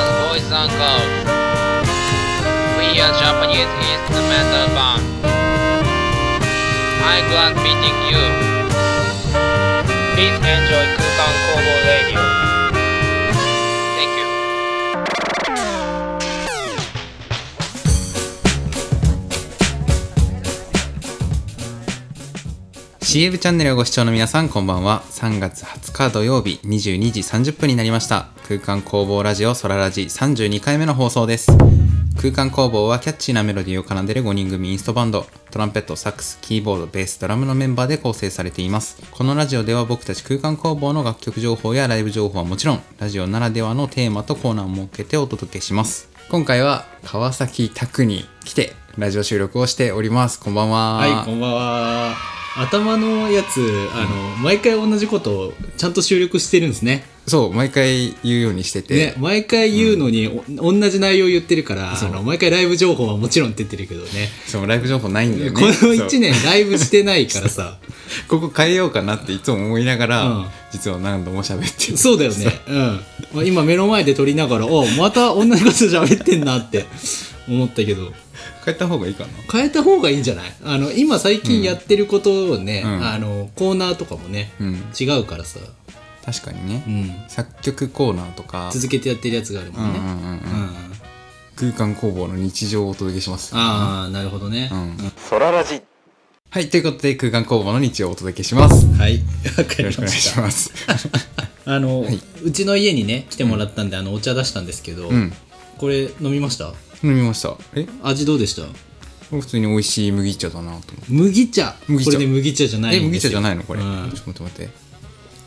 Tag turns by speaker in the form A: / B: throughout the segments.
A: long ago. We are Japanese instrumental band. I'm glad meeting you. Please enjoy 空間工房 Radio. Thank you.
B: ー CM チャンネルをご視聴の皆さんこんばんは3月20日土曜日22時30分になりました空間工房ラジオソララジ32回目の放送です空間工房はキャッチーなメロディーを奏でる5人組インストバンドトランペットサックスキーボードベースドラムのメンバーで構成されていますこのラジオでは僕たち空間工房の楽曲情報やライブ情報はもちろんラジオならではのテーマとコーナーを設けてお届けします今回は川崎拓に来てラジオ収録をしておりますこんばんは
C: はい、こんばんは。頭のやつ、あの、毎回同じことをちゃんと収録してるんですね。
B: そう毎回言うようにしてて、
C: ね、毎回言うのに、お同じ内容言ってるから、あの、毎回ライブ情報はもちろんって言ってるけどね。
B: そうライブ情報ないんだよね
C: この
B: そう
C: 1年ライブしてないからさ。
B: ここ変えようかなっていつも思いながら、
C: うん
B: 実は何度も喋ってる
C: そうだよね。うんまあ。今目の前で撮りながら、おまた同じこと喋ってんなって思ったけど。
B: 変えた方がいいかな
C: 変えた方がいいんじゃないあの、今最近やってることをね、
B: うん
C: あの、コーナーとかもね、
B: うん
C: 違うからさ。
B: 確かにね、
C: うん。
B: 作曲コーナーとか
C: 続けてやってるやつがあるも
B: うんんう
C: ね。
B: んうんうん
C: うん
B: 空間工房の日常をお届けします
C: ああ、なるほどね。
B: うんはいということで空間工房の日常をお届けしますよ
C: はい。わか
B: ろ
C: りま
B: しくお願い
C: し。
B: したます
C: あの、
B: いう
C: ちの家にね、来てもらったんで、あの、お茶出したんですけど、
B: うん
C: これ飲みました
B: 飲みましたえ
C: 味どうでした
B: 普通に美味しい麦茶だなと思って
C: 麦茶。
B: 麦茶
C: これね、麦茶じゃない
B: え
C: ん
B: 麦
C: です
B: 茶
C: よ
B: じゃないのこれ、
C: うん
B: ちょっと待って待って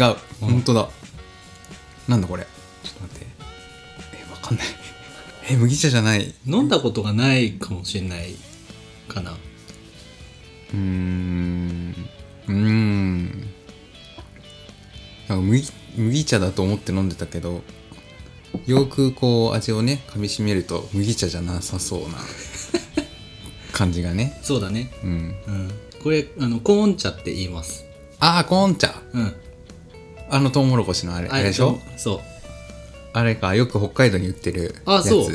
B: あ違う本当だなんだこれちょっと待ってえわかんない え麦茶じゃない
C: 飲んだことがないかもしれないかな。
B: うーんうーんなんか麦麦茶だと思って飲んでたけどよくこう味をね噛みしめると麦茶じゃなさそうな 感じがね
C: そうだね。
B: うん
C: うん。これ、あの、コーン茶って言います。
B: ああコーン茶
C: うん。
B: あのトウモロコシのあれあれでしょ
C: そう。
B: あれかよく北海道に売ってるや
C: あ
B: つ
C: そう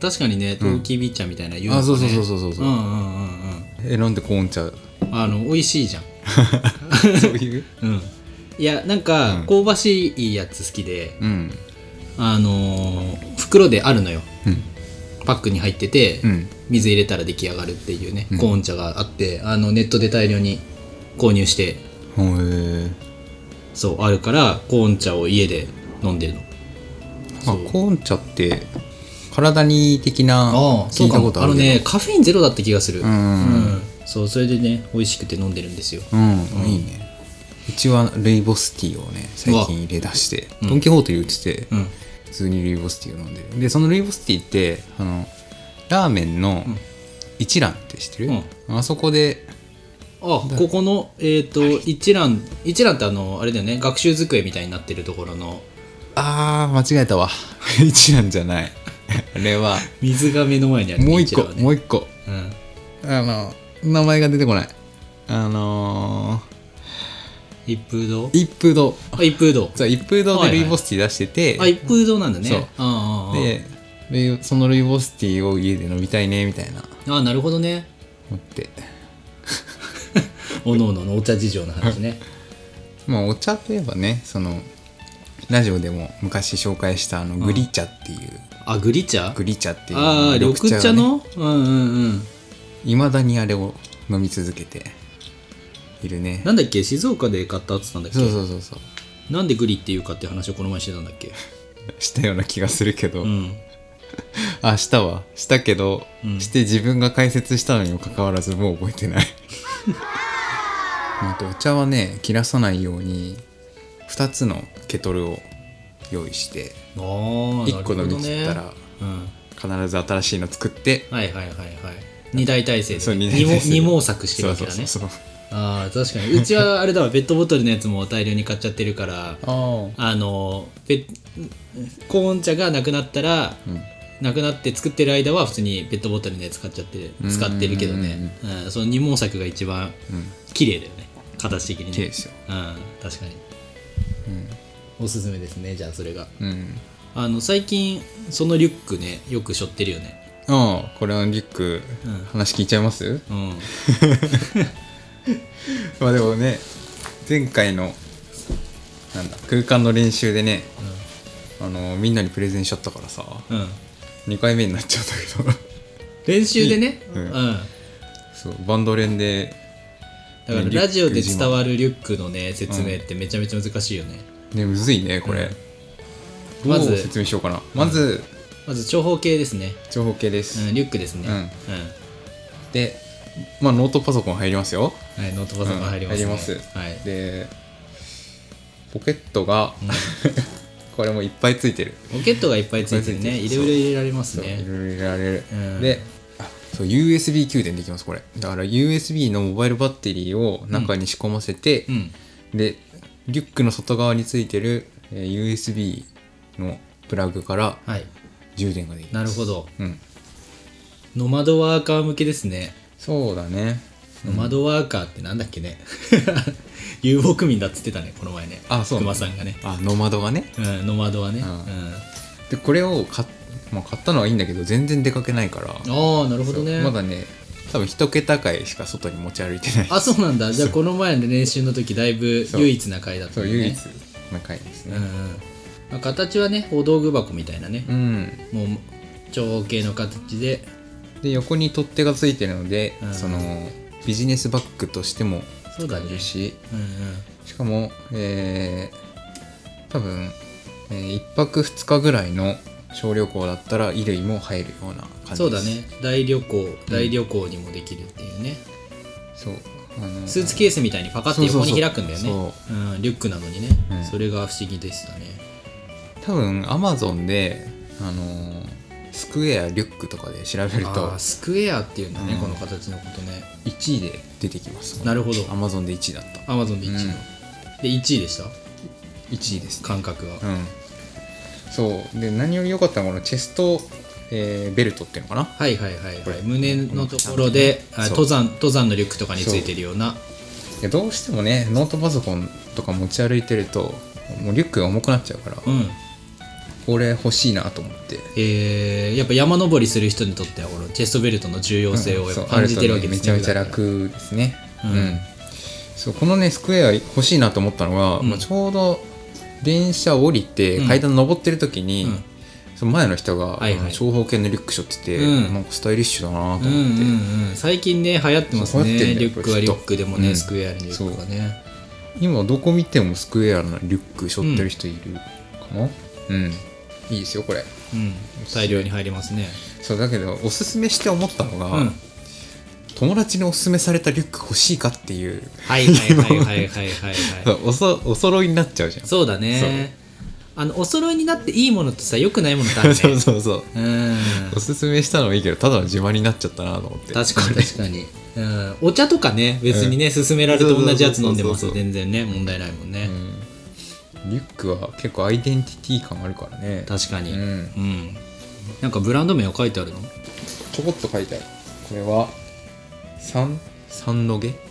C: 確かにね、トウキビ茶みたいな言うの
B: あそうそう
C: ね
B: そうそうそうそう
C: うんうんうん
B: えなんでコーン 茶
C: うん。あの、美味しいじゃん。
B: そういう
C: うん、いやなんか香ばしいやつ好きで、
B: うん
C: あのー袋であるのよ
B: うん
C: パックに入ってて、
B: うん
C: 水入れたら出来上がるっていうね、
B: うん
C: コーン茶があってあのネットで大量に購入して
B: ほえ
C: そうあるからコーン茶を家で飲んでるの
B: まあ
C: そう
B: コーン茶って体にいい的な
C: ああそ
B: 聞
C: う
B: い
C: か
B: た
C: も
B: こと
C: あ
B: ある
C: の
B: けど
C: ねカフェインゼロだった気がする
B: うんうん
C: うんそうそれでね美味しくて飲んでるんですよ
B: うん、いいねうちはルイボスティーをね最近入れ出してドン・キホーテで売ってて、
C: うん
B: 普通にルイボスティーを飲んでるでそのルイボスティーってあのラーメンの一蘭って知ってる、あそこで
C: あここのえっ、と、一蘭一蘭ってあのあれだよね学習机みたいになってるところの
B: あー間違えたわ 一蘭じゃないあれは
C: 水が目の前にあるね、
B: もう一個
C: 蘭はね
B: もう一個
C: うん
B: あの名前が出てこないあの
C: 一風堂
B: ー、一風堂
C: あ一風堂
B: そう一風堂でルイボスティー出してて、
C: あ一風堂なんだね
B: そう
C: あああ
B: でルイそのルイボスティーを家で飲みたいねみたいな
C: ああなるほどね
B: 思って
C: おのおののお茶事情の話 ね
B: まあお茶といえばねそのラジオでも昔紹介したあのグリ茶っていう、
C: あグリ茶
B: グリ茶っていう
C: ああ緑茶の、うんうんうん
B: いまだにあれを飲み続けているね
C: なんだっけ静岡で買ったっつったんだっけ
B: そうそうそうそう
C: なんでグリっていうかって話をこの前してたんだっけ
B: したような気がするけど、
C: うん
B: あしたわしたけど、
C: うん
B: して自分が解説したのにもかかわらずもう覚えてない あとお茶はね切らさないように2つのケトルを用意して
C: ああ
B: 1個飲み切ったら
C: うん
B: 必ず新しいの作って
C: はいはいはいはい二大体制
B: そう
C: でね
B: 二大体制
C: 二毛二毛作してる
B: そう
C: わけ
B: そう
C: だ
B: そ
C: ね
B: うそう
C: ああ確かにうちはあれだわペットボトルのやつも大量に買っちゃってるから
B: あ
C: あのペコーン茶がなくなったら、
B: ん
C: なくなって作ってる間は普通にペットボトルのやつ買っちゃってる
B: うん
C: 使ってるけどね、うん、その二毛作が一番
B: うん
C: 綺麗だよね形的にね
B: 綺麗ですよ
C: うん、確かに、おすすめですねじゃあそれが
B: うん
C: あの最近そのリュックねよく背負ってるよね
B: ああこれのリュック、
C: うん
B: 話聞いちゃいます
C: うん
B: まあでもね前回のなんだ空間の練習でねあのみんなにプレゼンしちゃったからさ
C: うん、うん、
B: 2回目になっちゃったけど
C: 練習でね
B: うん
C: うん
B: そうバンド連で
C: だからラジオで伝わるリュックのね説明ってめちゃめちゃ難しいよね、
B: ねむずいねこれ、
C: うん
B: ど
C: ま
B: う
C: ず
B: 説明しようかなまず
C: まず長方形ですね、
B: 長方形です、
C: うん、リュックですね
B: うん
C: う
B: でまあノートパソコン入りますよ
C: んはい、ノートパソコン入りま
B: うん
C: す、ね
B: 入ります
C: はい
B: でポケットが、これもいっぱいついてる
C: ポケットがいっぱいついてるね
B: いっぱいついてる
C: 入れ入れ入れられます
B: そうい
C: ね
B: ろいろ入れられる、
C: うん
B: であそう USB 給電できますこれだから USB のモバイルバッテリーを中に仕込ませて、
C: うん
B: でリュックの外側についてる、えー USB のプラグから
C: はい
B: 充電ができ
C: な
B: ま
C: る
B: す
C: ほど
B: なるほど、うん、
C: ノマドワーカー向けですね
B: そうだね
C: ノマドワーカーってなんだっけね 遊牧民だっつってたねこの前ね
B: あそう
C: 熊さんがね、
B: あノマドがね
C: うん、ノマドはね、う
B: うんんでこれを買っ,、まあ、買ったのはいいんだけど全然出かけないから
C: ああなるほどね
B: そうまだね多分一桁回しか外に持ち歩いてない
C: あそうなんだじゃあこの前の練習の時だいぶ
B: そう
C: 唯一な回だった
B: そ
C: よ
B: う
C: ね
B: 唯一の回です
C: うん
B: ね、
C: うんまあ、形はねお道具箱みたいなね
B: う、ん、
C: もう長方形の形で
B: で横に取っ手がついてるので、
C: うん
B: そのビジネスバッグとしても
C: そうだね
B: 使えるし、
C: うん
B: しかも、えー多分、え1泊2日ぐらいの小旅行だったら衣類も入るような感じで
C: う
B: す
C: んそうだね大旅行大旅行にもできるっていうね、
B: そうあの
C: スーツケースみたいにパカッて横に開くんだよね
B: そうそう
C: うんリュックなのにね、
B: うん
C: それが不思議でしたね
B: 多分アマゾンで、あのースクエアリュックとかで調べると
C: あースクエアっていうんだね、
B: うん
C: この形のことね
B: 1位で出てきます
C: なるほど
B: アマゾンで1位だった
C: アマゾンで1位の、
B: うん
C: で1位でした
B: 1位です
C: 感覚は、
B: うんそうで何より良かったのはこのチェスト、えーベルトっていうのかな
C: はいはいはい
B: こ
C: は
B: れ
C: い胸のところで、
B: うん
C: あ
B: そう
C: 登山登山のリュックとかについてるようない
B: やどうしてもねノートパソコンとか持ち歩いてるともうリュックが重くなっちゃうから、
C: うん
B: これ欲しいなと思って
C: えーやっぱ山登りする人にとってはこのチェストベルトの重要性をやっ
B: そ
C: ぱ
B: う
C: 感じてるわけ
B: あ
C: で
B: とね
C: す
B: め
C: ね
B: ちゃめちゃ
C: 普段から
B: 楽ですね
C: う
B: うんん、そうこのねスクエア欲しいなと思ったのが、
C: うん
B: まあちょうど電車降りて
C: うん
B: 階段登ってる時に、
C: うん
B: その前の人が、
C: はいはい
B: あの長方形のリュック背負ってて、
C: うん
B: なんかスタイリッシュだなと思っ
C: うん
B: て、
C: うんうん、最近ね流行ってますね
B: そう流行ってんだ
C: リ
B: よ
C: ュックはリュックでもね、
B: うん
C: スクエアにリュックがね
B: 今どこ見てもスクエアのリュック背負ってる人いるかなうん、いいですよこれ
C: うん大量に入りますね
B: そうだけどおすすめして思ったのが、
C: うん
B: 友達におすすめされたリュック欲しいかっていう、
C: はいはいはいはいはいはい
B: そ
C: は
B: うおそお揃いになっちゃうじゃ
C: い
B: ん
C: そうだねあのお揃いになっていいものとさ良くないものとあるね
B: そうそうそう
C: うん
B: おすすめしたのはいいけどただの自慢になっちゃったなと思って
C: 確かに確かに、うん、お茶とかね別にね勧められて同じやつ飲んでます
B: そうそうそうそう
C: と全然ね問題ないもんね、
B: うんリュックは結構アイデンティティ感あるからね
C: 確かに
B: う
C: うん、
B: ん、
C: なんかブランド名は書いてあるの
B: ちょこっと書いてあるこれは三三の毛何こ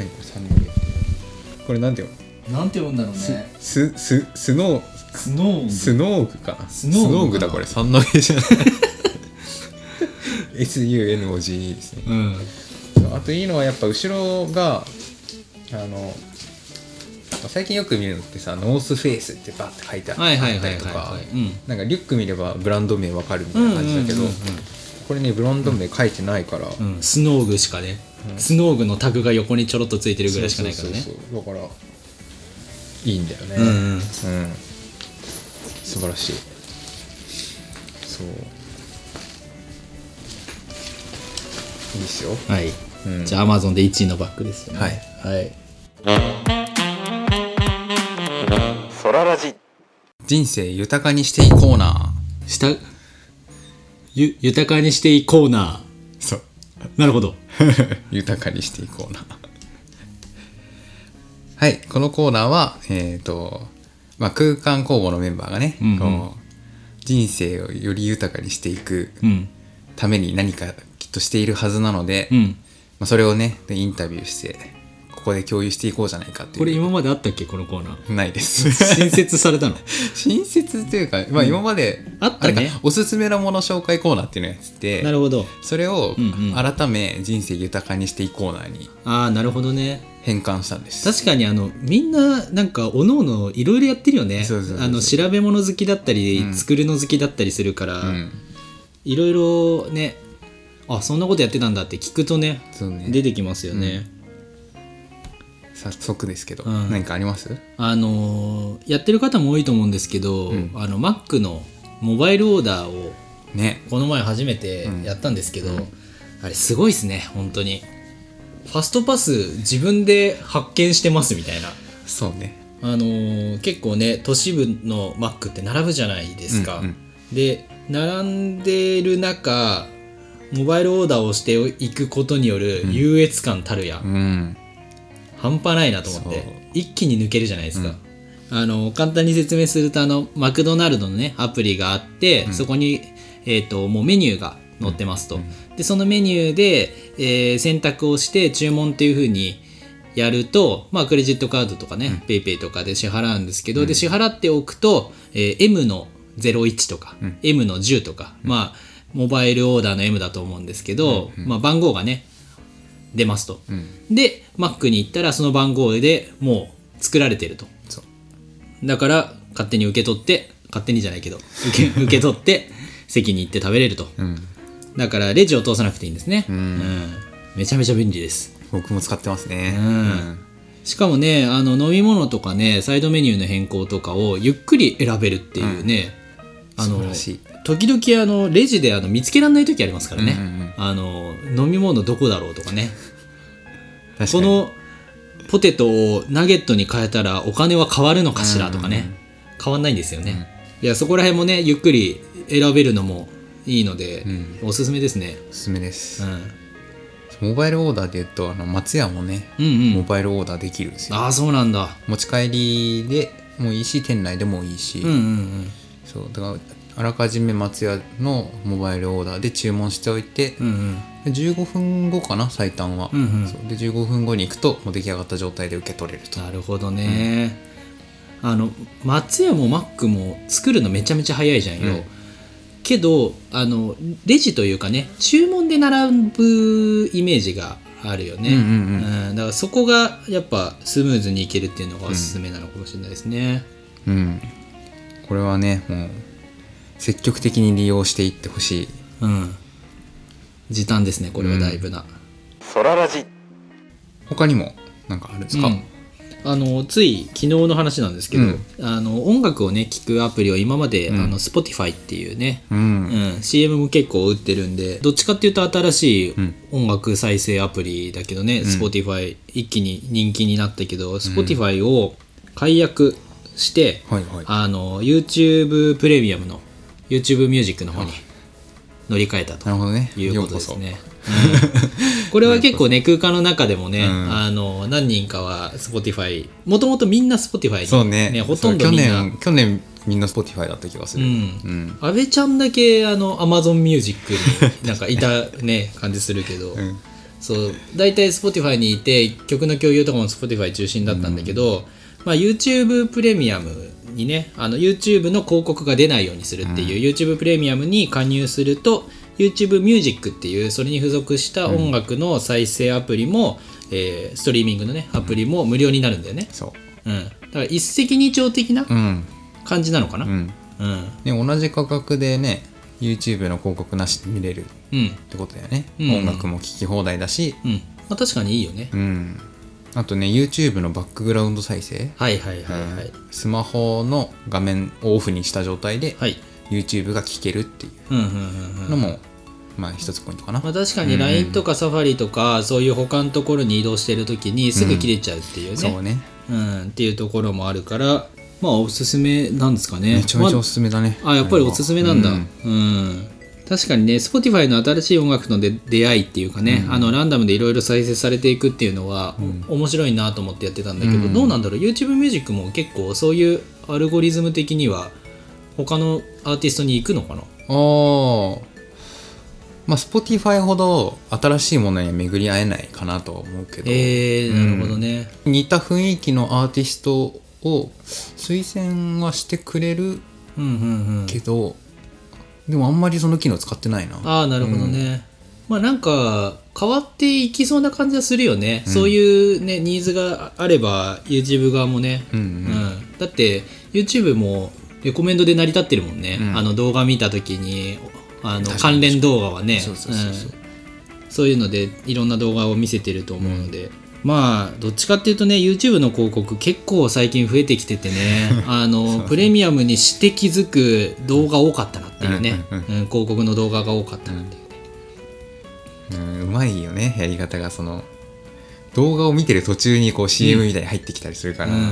B: れ三の毛ってこれなんていうの
C: なんて読んだろうね
B: すすスノー
C: スノー
B: スノーグかな
C: スノーグかな
B: だこれ三の毛じゃない SUNOG ですね
C: うん
B: あといいのはやっぱ後ろがあの最近よく見るのってさノースフェイスってバッて書いてあっ
C: はいは
B: あっ
C: いは
B: た
C: い
B: りと
C: はい
B: か
C: はいうん
B: なんかリュック見ればブランド名わかるみたいな感じだけど、
C: うんうん
B: これねブランド名書いてないから、
C: うんうんスノーグしかね、スノーグのタグが横にちょろっとついてるぐらいしかないからね
B: そうそうそうだからいいんだよね
C: うんうん
B: うん素晴らしいそういいっすよ
C: はい、
B: うん
C: じゃあ Amazon で1位のバッグですよね
B: はい、
C: はい、
B: 人生豊かにしていこう な
C: したゆ豊かにしていこうな
B: そう
C: なるほど
B: 豊かにしていこうなはいこのコーナーはえっ、と、まあ、空間工房のメンバーがね、
C: うんうん
B: こう人生をより豊かにしていく
C: うん
B: ために何かきっとしているはずなので、
C: うん
B: まあ、それをねでインタビューしてここで共有していこうじゃないかっていう
C: これ今まであったっけこのコ ーナー
B: ないです
C: 新設されたの
B: 新設というか、まあ、
C: うん
B: 今まで、
C: あったね
B: れかおすすめのもの紹介コーナーっていうのをやってて
C: なるほど
B: それを
C: うんうん
B: 改め人生豊かにしていいコーナーに
C: ああなるほどね
B: 変換したんです
C: 確かにあのみんななんかおのおのいろいろやってるよね
B: そうそうそうそう
C: あの調べ物好きだったり、
B: うん
C: 作るの好きだったりするから
B: うん
C: いろいろねあそんなことやってたんだって聞くとね
B: そうね
C: 出てきますよね、
B: 早速ですけど、
C: うん
B: 何かあります
C: あのーやってる方も多いと思うんですけど、
B: うん
C: あの Mac のモバイルオーダーを
B: ね
C: この前初めてやったんですけど、あれすごいですね本当にファストパス自分で発見してますみたいな
B: そうね
C: あのー結構ね都市部の Mac って並ぶじゃないですか、
B: うんうん
C: で並んでる中モバイルオーダーをしていくことによる
B: ん
C: 優越感たるや、
B: うん
C: 半端ないなと思っ
B: そう
C: て一気に抜けるじゃないですか、あの簡単に説明するとあのマクドナルドのねアプリがあって、そこに、えー、ともうメニューが載ってますと、でそのメニューで、えー選択をして注文っていう風にやると、まあ、クレジットカードとかね、ペイペイとかで支払うんですけど、で支払っておくと、えー M の01とか、M の10とか、まあモバイルオーダーの M だと思うんですけど、まあ、番号がね出ますと、
B: うん
C: で Mac に行ったらその番号でもう作られてると
B: そう
C: だから勝手に受け取って勝手にじゃないけど受け 受け取って席に行って食べれると
B: うん
C: だからレジを通さなくていいんですね
B: うん
C: めちゃめちゃ便利です
B: 僕も使ってますね
C: うんしかもねあの飲み物とかねサイドメニューの変更とかをゆっくり選べるっていうね、あ
B: 素晴
C: の
B: らしい
C: 時々あのレジであの見つけられない時ありますからね、
B: うんうんうん
C: あの飲み物どこだろうとかね
B: 確か
C: こ
B: に
C: のポテトをナゲットに変えたらお金は変わるのかしらとかね、変わんないんですよね、いやそこら辺もねゆっくり選べるのもいいので、
B: ん
C: おすすめですね、
B: おすすめで
C: う
B: す
C: ん、、
B: モバイルオーダーで言うとあの松屋もね、
C: うんう
B: モ
C: ん
B: バイルオーダーできるんですよ
C: ああそうなんだ
B: 持ち帰りでもいいし店内でもいいし、
C: うんうんうん
B: そうだからあらかじめ松屋のモバイルオーダーで注文しておいて、
C: うんうん
B: で15分後かな最短は、
C: うんうん
B: そうで15分後に行くともう出来上がった状態で受け取れると
C: なるほどね、あの松屋もマックも作るのめちゃめちゃ早いじゃん
B: う
C: よ、
B: ん
C: けどあのレジというかね注文で並ぶイメージがあるよね、
B: うんうん
C: うんだからそこがやっぱスムーズにいけるっていうのがおすすめなのかもしれないですね、
B: うんこれはねもう積極的に利用していってほしい
C: うん時短ですねこれはだいぶな、
B: 他にもなんかあるんですか、
C: うんあのつい昨日の話なんですけど、
B: うん
C: あの音楽をね聴くアプリを今まで、
B: ん
C: あの Spotify っていうね
B: うん
C: うん CM も結構売ってるんでどっちかっていうと新しい
B: ん
C: 音楽再生アプリだけどね、Spotify 一気に人気になったけど、Spotify を解約して、
B: はいはい
C: あの YouTube プレミアムの YouTube ミュージックの方に乗り換えたと
B: なるほどね
C: いう
B: よう
C: こと
B: こ
C: です
B: そ
C: ね。うんこれ は結構ね空間の中でもね、
B: うん
C: あの何人かは Spotify もともとみんな Spotify に
B: そうね
C: ほとんど
B: そう
C: みん
B: 去
C: な
B: 年去年みんな Spotify だった気がする
C: うん
B: うん
C: 安倍ちゃんだけあの Amazon ミュージックになんかいた ね感じするけど、
B: ん
C: そう大体 Spotify にいて曲の共有とかも Spotify 中心だったんだけど、まあ、YouTube プレミアムにねあの YouTube の広告が出ないようにするっていう、YouTube プレミアムに加入すると YouTube ミュージックっていうそれに付属した音楽の再生アプリも、えーストリーミングのねアプリも無料になるんだよね、
B: そ
C: うん、だから一石二鳥的な
B: ううん
C: 感じなのかな、
B: うん
C: うん
B: ね同じ価格でね YouTube の広告なしで見れるっ
C: うん
B: てことだよね、
C: うん
B: 音楽も聴き放題だし
C: うんまあ、確かにいいよね、
B: うんあとね YouTube のバックグラウンド再生、
C: はいはいはいはい、
B: スマホの画面をオフにした状態で
C: はい
B: YouTube が聴けるっていう
C: うんうんうんうん
B: のも、まあ一つポイントかな、
C: まあ、確かに LINE とか Safari とかそういう他のところに移動してる時にすぐ切れちゃうっていう
B: そう
C: ね、
B: ね
C: うんっていうところもあるからまあおすすめなんですかね
B: めちゃめちゃおすすめだね、
C: まああやっぱりおすすめなんだ
B: う
C: うん、確かにね Spotify の新しい音楽ので出会いっていうかね、あのランダムでいろいろ再生されていくっていうのは、お面白いなと思ってやってたんだけど、
B: うん
C: どうなんだろう YouTube ミュージックも結構そういうアルゴリズム的には他のアーティストに行くのかな
B: ああまあ Spotify ほど新しいものには巡り合えないかなとは思うけど、
C: えー、なるほどね。
B: 似た雰囲気のアーティストを推薦はしてくれる
C: うんうんうん。
B: けど、でもあんまりその機能使ってないな
C: ああなるほどね、まあなんか変わっていきそうな感じはするよね、そういうねニーズがあれば YouTube 側もね、
B: うんう
C: うんんだって YouTube もレコメンドで成り立ってるもんね、
B: うん
C: あの動画見た時にあ
B: 確
C: の
B: かに
C: 関連動画はね
B: そうそうそうそう
C: うんそういうのでいろんな動画を見せてると思うので、まあどっちかっていうとね YouTube の広告結構最近増えてきて てねあのプレミアムにして気づく動画多かったなっていうね、
B: うんうん
C: うん広告の動画が多かったなっていう、
B: うんうまいよねやり方がその動画を見てる途中にこう CM みたいに入ってきたりするから、
C: うん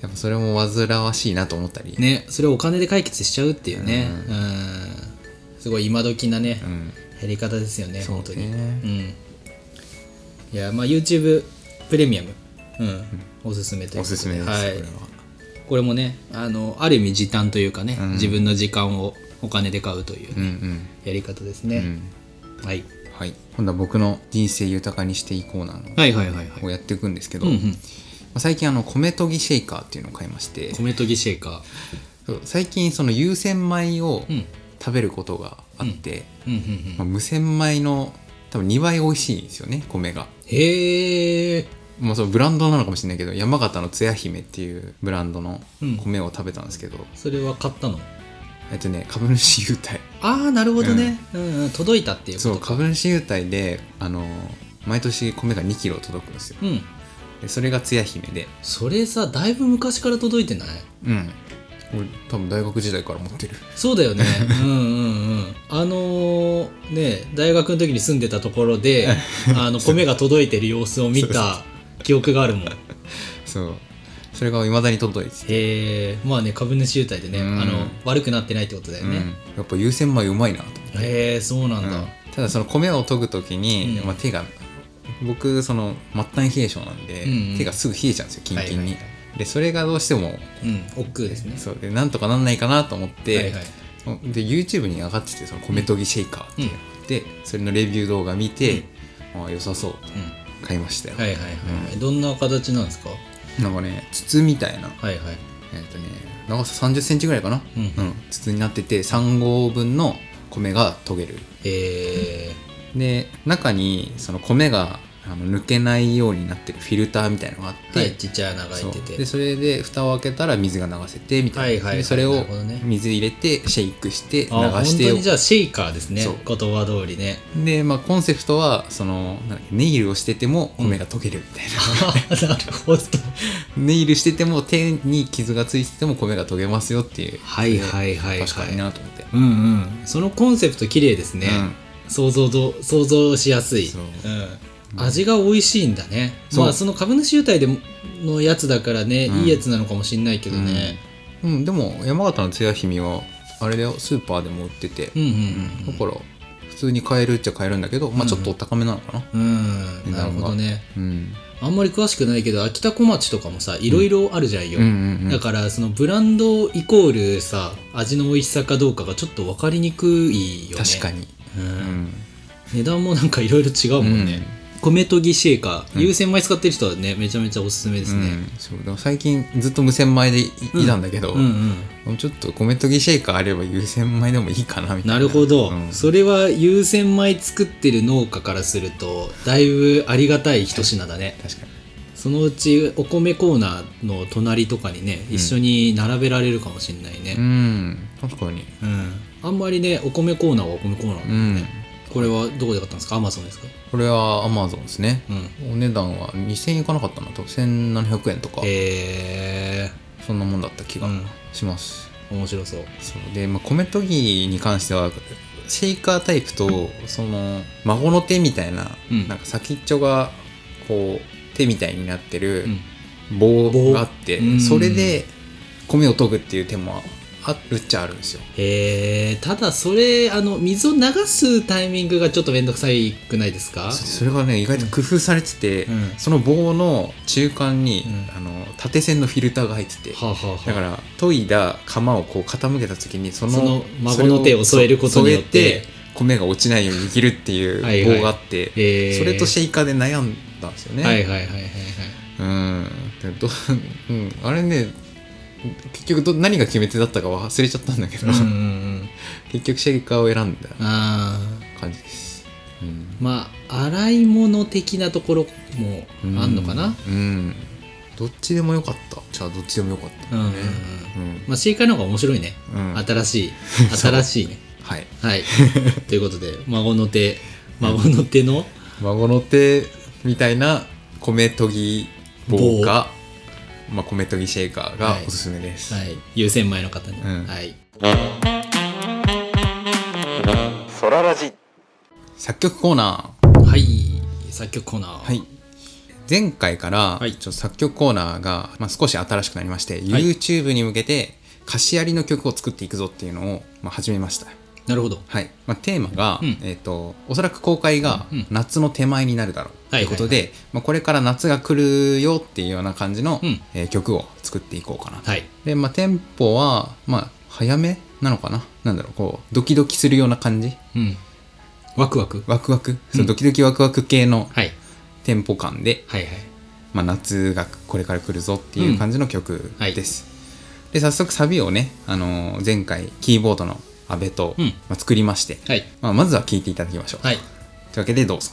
B: やっぱそれも煩わしいなと思ったり、
C: ねそれをお金で解決しちゃうっていうね、うんすごい今時なね、
B: うん、
C: やり方ですよね
B: そう
C: 本当に、
B: ね
C: うん、いやまあ YouTube プレミアム、うんおすすめということ
B: おすすめです、
C: は
B: こ
C: い
B: れは
C: これもねあのある意味時短というかね、
B: うん
C: 自分の時間をお金で買うという
B: う
C: ね、
B: ん
C: やり方です
B: うん、う
C: ね、
B: ん
C: はい、
B: はい今度は僕の人生豊かにしていこうなの
C: はいはいはいはい
B: をやっていくんですけど、
C: うんうん
B: まあ最近あの米研ぎシェイカーっていうのを買いまして
C: 米研ぎシェイカ
B: そう最近その有洗米を
C: ーうん
B: 食べることがあって、
C: うんうんう
B: まあ、
C: ん
B: 無洗米の多分2倍美味しいんですよね米が。
C: へえ
B: まあ、そのブランドなのかもしれないけど山形のつや姫っていうブランドの米を食べたんですけど、
C: それは買ったの
B: えっとね株主優待
C: ああなるほどね、うんうん届いたっていうこ
B: そ
C: と
B: う
C: か
B: 株主優待であの毎年米が2キロ届くんですよ
C: うん
B: でそれがつや姫で
C: それさだいぶ昔から届いてない
B: うん俺多分大学時代から持ってる
C: そうだ よねうんうんうんあのーね大学の時に住んでたところで あの米が届いてる様子を見た記憶があるもんへ
B: そうそれが未だに届いてて、
C: えまあね株主優待でね、
B: うん
C: あの悪くなってないってことだよ
B: うん
C: ね、
B: やっぱ優先米うまいなと思って
C: へえそうなんだ、
B: うんただその米を研ぐ時に、
C: うん
B: まあ、手が僕その末端冷え性なんで、
C: うんうん
B: 手がすぐ冷えちゃうんですよキンキンに、
C: はいはいは
B: でそれがどうしても
C: うん億劫ですね
B: そうでなんとかなんないかなと思って、
C: はいはい
B: で YouTube に上がっててその米研ぎシェイカーっていうのがあって、それのレビュー動画見て、ああ良さそう
C: うん
B: 買いましたよ、
C: はいはいはい、どんな形なんですかは
B: なんかね筒みたいない
C: はい
B: えっ、とね長さ3 0センチぐらいかな、
C: うん
B: 筒になってて3合分の米が研げる
C: え
B: で中にその米があの抜けないようになってるフィルターみたいのがあっ
C: ー、
B: て、
C: はいちっちゃい穴が開いて
B: そう
C: て
B: でそれで蓋を開けたら水が流せてみたいな、
C: はいはいはい
B: でそれ
C: な
B: を
C: るほどね
B: 水入れてシェイクして流
C: あ
B: し
C: 本
B: て
C: 当にじゃあシェイカーですね
B: そう
C: 言葉通りね
B: で、まあ、コンセプトはそのなんだっけネイルをしてても米が溶けるみたいな、
C: あー なるほど
B: ネイルしてても手に傷がついてても米が溶けますよっていう
C: はいはいはいはい
B: 確かになと思って、
C: うんうんそのコンセプト綺麗ですね、想像ど想像しやすい
B: そう
C: うん、味が美味しいんだね
B: そう
C: まあその株主優待でものやつだからね、
B: うん
C: いいやつなのかもしんないけどね、
B: うん、うん、でも山形のつや姫はあれだよスーパーでも売ってて、
C: うん、う
B: だ
C: ん
B: から普通に買えるっちゃ買えるんだけど、まあ、ちょっとお高めなのかな、
C: うんうん、うん、なるほどね
B: うん、
C: あんまり詳しくないけど秋田小町とかもさいろいろあるじゃんよ、
B: うんうんうん
C: だからそのブランドイコールさ味の美味しさかどうかがちょっと分かりにくいよね
B: 確かに、
C: うん
B: うん
C: 値段もなんかいろいろ違うもんね、米研ぎシェーカー有洗米使ってる人はねめちゃめちゃおすすめです
B: う
C: ね、
B: んそうだから最近ずっと無洗米でい,、たんだけど、
C: うん、うん
B: もうちょっと米研ぎシェイカーあれば有洗米でもいいかなみたいな
C: なるほど、
B: うん
C: それは有洗米作ってる農家からするとだいぶありがたい一品だね
B: 確かに
C: そのうちお米コーナーの隣とかにね一緒に並べられるかもしれないね、
B: うん確かに
C: うん、あんまりねお米コーナーはお米コーナーだも
B: うんん、
C: ね、これはどこで買ったんですかアマゾンですか
B: これはアマゾンですね、
C: うん
B: お値段は2000円いかなかったなと1700円とか
C: へえ
B: そんなもんだった気
C: う
B: が
C: ん
B: します、
C: 面白そう
B: そうで、まあ、米研ぎに関してはシェイカータイプとその孫の手みたいな,、
C: うん
B: なんか先っちょがこう手みたいになってる
C: うん
B: 棒
C: 棒
B: があって、
C: うん
B: それで米を研ぐっていう手もあるっちゃあるんですよ
C: へえただそれあの水を流すタイミングがちょっと面倒くさいくないですか
B: そそれがね意外と工夫されてて、
C: うん
B: その棒の中間に、
C: うん
B: あの縦線のフィルターが入ってて、
C: はあ、はあはあ、
B: だから研いだ釜をこう傾けた時にその
C: その孫の手を添えることによっ
B: そ
C: て
B: う添えて米が落ちないように握るってい
C: はいうはい
B: 棒があって、
C: へー
B: それとシェイカーで悩んだんですよね、
C: はいはいはいはいはい
B: うんでどうんあれね結局ど何が決め手だったか忘れちゃったんだけど、
C: うんうんうん
B: 結局シェイカーを選んだ
C: あ
B: 感じです、うん
C: ーまあ洗い物的なところもあんのかな
B: うん、どっちでもよかったじゃあどっちでもよかった
C: うん、うんうん
B: うん
C: まあ、正解の方が面白いね、
B: うん
C: 新しい
B: そう
C: 新しいね
B: はい
C: はい ということで孫の手孫の手の
B: 孫の手みたいな米研ぎ棒がまあ、米研ぎシェイカーが
C: はい
B: おすすめです、
C: はい、優先前の方に、
B: うん
C: はい、
B: 作曲コーナー
C: はい、作曲コーナー、
B: はい前回から
C: はい
B: ちょっと作曲コーナーが、まあ、少し新しくなりまして、
C: はい
B: YouTube に向けて貸しやりの曲を作っていくぞっていうのを、まあ、始めました
C: なるほど
B: はいまあ、テーマが、
C: うん
B: えー、とおそらく公開が
C: うんうん
B: 夏の手前になるだろうと
C: はいいう
B: ことでまあこれから夏が来るよっていうような感じの、
C: うん
B: えー曲を作っていこうかなと
C: はい
B: で、まあ、テンポは、まあ、早めなのかななんだろう、こう、ドキドキするような感じ
C: うんワクワク
B: ワクワク、そううんドキドキワクワク系の
C: はい
B: テンポ感で、
C: はいはい
B: まあ、夏がこれから来るぞっていう感じの曲
C: はい
B: です。で、早速サビをね、あのー前回、キーボードの阿部と、
C: うん
B: まあ、作りまして、
C: はい
B: まあ、まずは聴いていただきましょう。
C: はい
B: というわけで、どうぞ。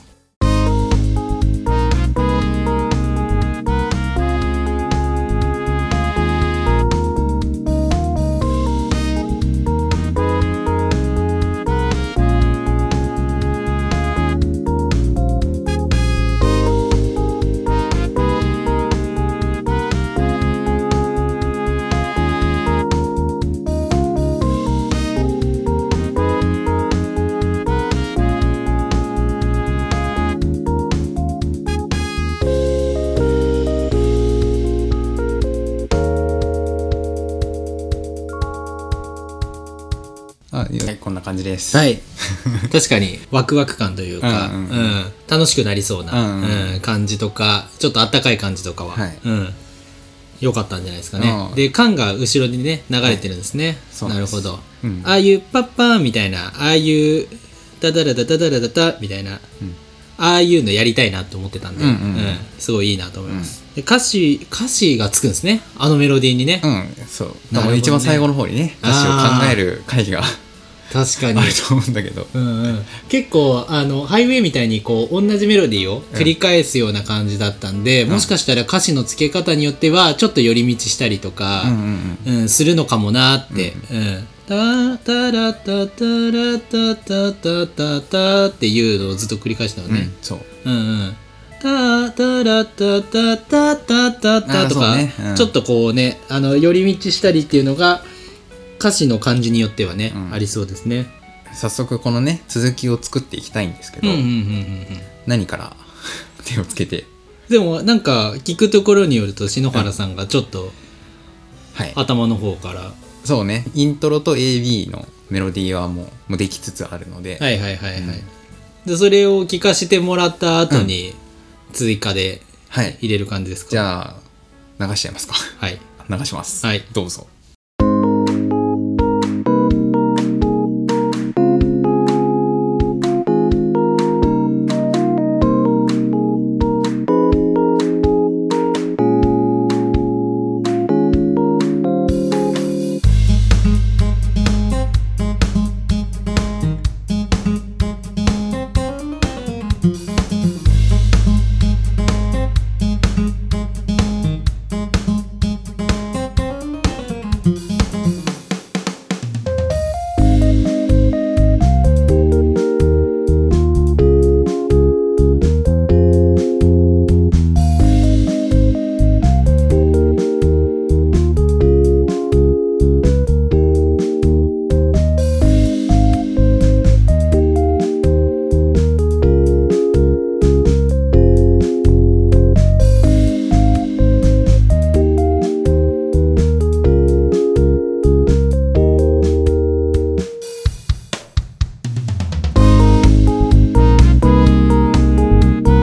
B: あいいよはい、こんな感じです。
C: はい 確かにワクワク感というか、
B: うんうん
C: うん楽しくなりそうな、
B: うんうん
C: うん感じとかちょっとあったかい感じとかは、
B: はい
C: うん良かったんじゃないですかね
B: う。ん
C: で、缶が後ろにね、流れてるんですね。
B: そう
C: な
B: なん
C: る
B: です
C: ほど。
B: うん
C: ああいうパッパーンみたいな、ああいうダダラダダダラダダみたいな、
B: うん
C: ああいうのやりたいなと思ってたんで、
B: うんうんうん
C: すごいいいなと思います、で歌詞歌詞がつくんですねあのメロディーにね、
B: うん、そう。
C: なるほどね
B: 一番最後の方にね、歌詞を考える会が
C: 確かに
B: あると思うんだけど。
C: うんうん、結構あのハイウェイみたいにこう同じメロディーを繰り返すような感じだったんで、もしかしたら歌詞の付け方によってはちょっと寄り道したりとか、
B: うんうんうん。
C: うん、するのかもなって。うん。タタラタタラタタタタタっていうのをずっと繰り返したの
B: う
C: ね
B: ん。、そう。
C: うんうん。タタラタタタタタタとか
B: あーそうねうん
C: ちょっとこうねあの寄り道したりっていうのが歌詞の感じによってはね、
B: うん
C: ありそうですね。
B: 早速このね続きを作っていきたいんですけ
C: う
B: ど、
C: んうんうんうんうん。
B: 何から 手をつけて
C: でもなんか聞くところによると篠原さんがちょっと
B: はい
C: 頭の方から、
B: そうねイントロと AB のメロディーはもうもうできつつあるので、
C: はいはいはいはい、
B: うん
C: でそれを聞かせてもらった後に追加で
B: はい
C: 入れる感じですか、
B: じゃあ流しちゃいますか
C: はい
B: 流します、
C: はい
B: どうぞ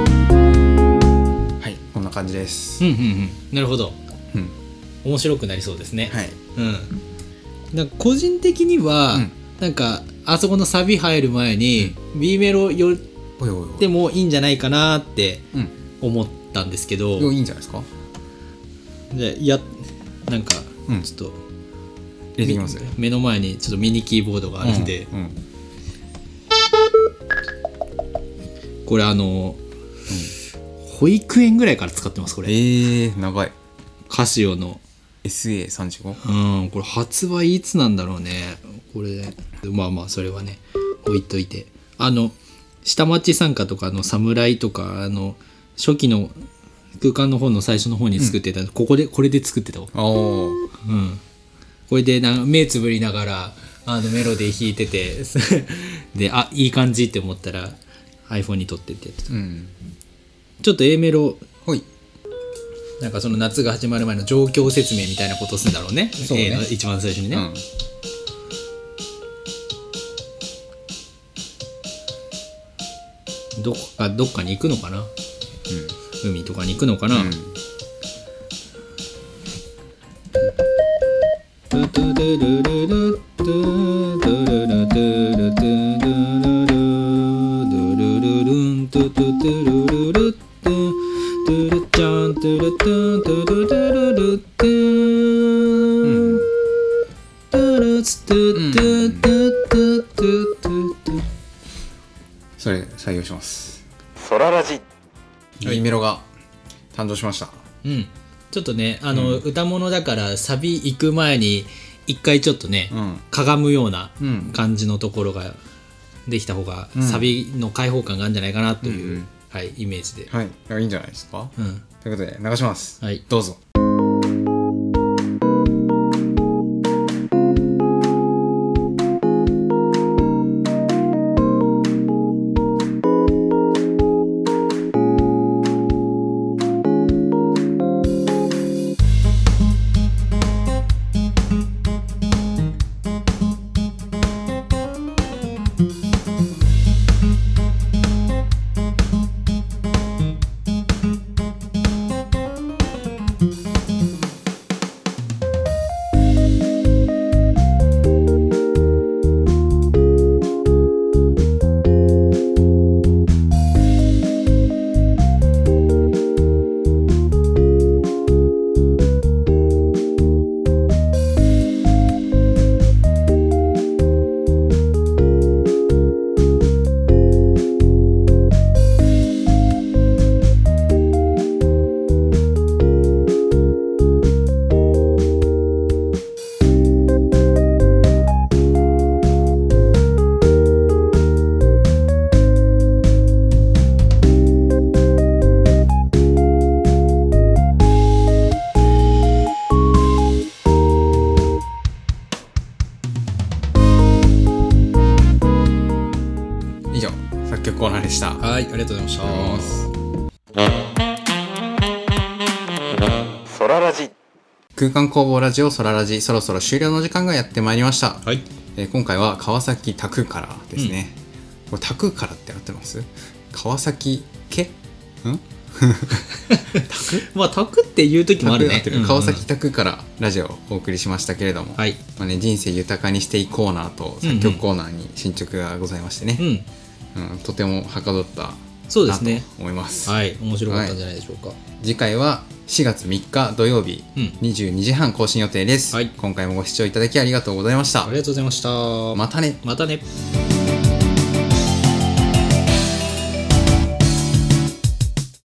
B: はいこんな感じです
C: うんうんうんなるほど
B: うん、
C: 面白くなりそうですね、
B: はい
C: うんなんか個人的には、
B: うん
C: なんかあそこのサビ入る前に、B メロ寄っ
B: おいおいおい
C: てもいいんじゃないかなって
B: うん
C: 思ったんですけど、
B: いやいいんじゃないですか
C: じゃあいやなんか
B: うん
C: ちょっと、
B: 入れていきます
C: み目の前にちょっとミニキーボードがあるんで、
B: うんうん
C: これあの、保育園ぐらいから使ってますこれ
B: えー、長い
C: カシオの
B: SA35
C: うんこれ発売いつなんだろうねこれまあまあそれはね置いといてあの下町参加とかの侍とかあの初期の空間の方の最初の方に作ってた、ここでこれで作ってたわ
B: あー
C: うん、これでな目つぶりながらあのメロディー弾いてて であいい感じって思ったら iPhone に撮ってて
B: うん
C: ちょっと A メロ
B: ほい
C: なんかその夏が始まる前の状況説明みたいなことするんだろうね
B: そうね
C: A の一番最初にね、
B: うん
C: どこかどっかに行くのかな海とかに行くのかな、トゥトゥルルルルトゥトゥルルトゥルトゥルルルルルルルントゥトゥトゥルルルトゥトゥルちゃんトゥルトゥトゥルルルルトゥトゥルツトゥトゥトゥトゥトゥトゥトゥ
B: それ採用します
D: ソララジ
B: いいメロが誕生しました
C: うんちょっとねあの、歌物だからサビ行く前に一回ちょっとね、
B: うん
C: かがむような
B: うん
C: 感じのところができた方が、
B: うん
C: サビの開放感があるんじゃないかなという、
B: うんうん
C: はい、イメージで、
B: はいあいいんじゃないですか
C: うん、
B: ということで流します
C: はい
B: どうぞ以上作曲コーナーでした
C: はいありがとうございました
D: ソララジ
B: 空間工房ラジオソララジそろそろ終了の時間がやってまいりました、
C: はい
B: えー今回は川崎タクからですね、これタクからって合ってます川崎家ん
C: まあタクっていう時もある
B: タク合
C: ね
B: ってる
C: うんうん
B: 川崎タクからラジオをお送りしましたけれども、
C: はい
B: まあね、人生豊かにしていこうなと作曲コーナーに進捗がございましてね
C: う、ん
B: うんとてもはかどった
C: そうで
B: な
C: す
B: と
C: ね
B: 思います
C: はい面白かったんじゃないでしょうか、
B: 次回は4月3日土曜日、
C: うん
B: 22時半更新予定です、
C: はい
B: 今回もご視聴いただきありがとうございました
C: ありがとうございました
B: またね
C: またね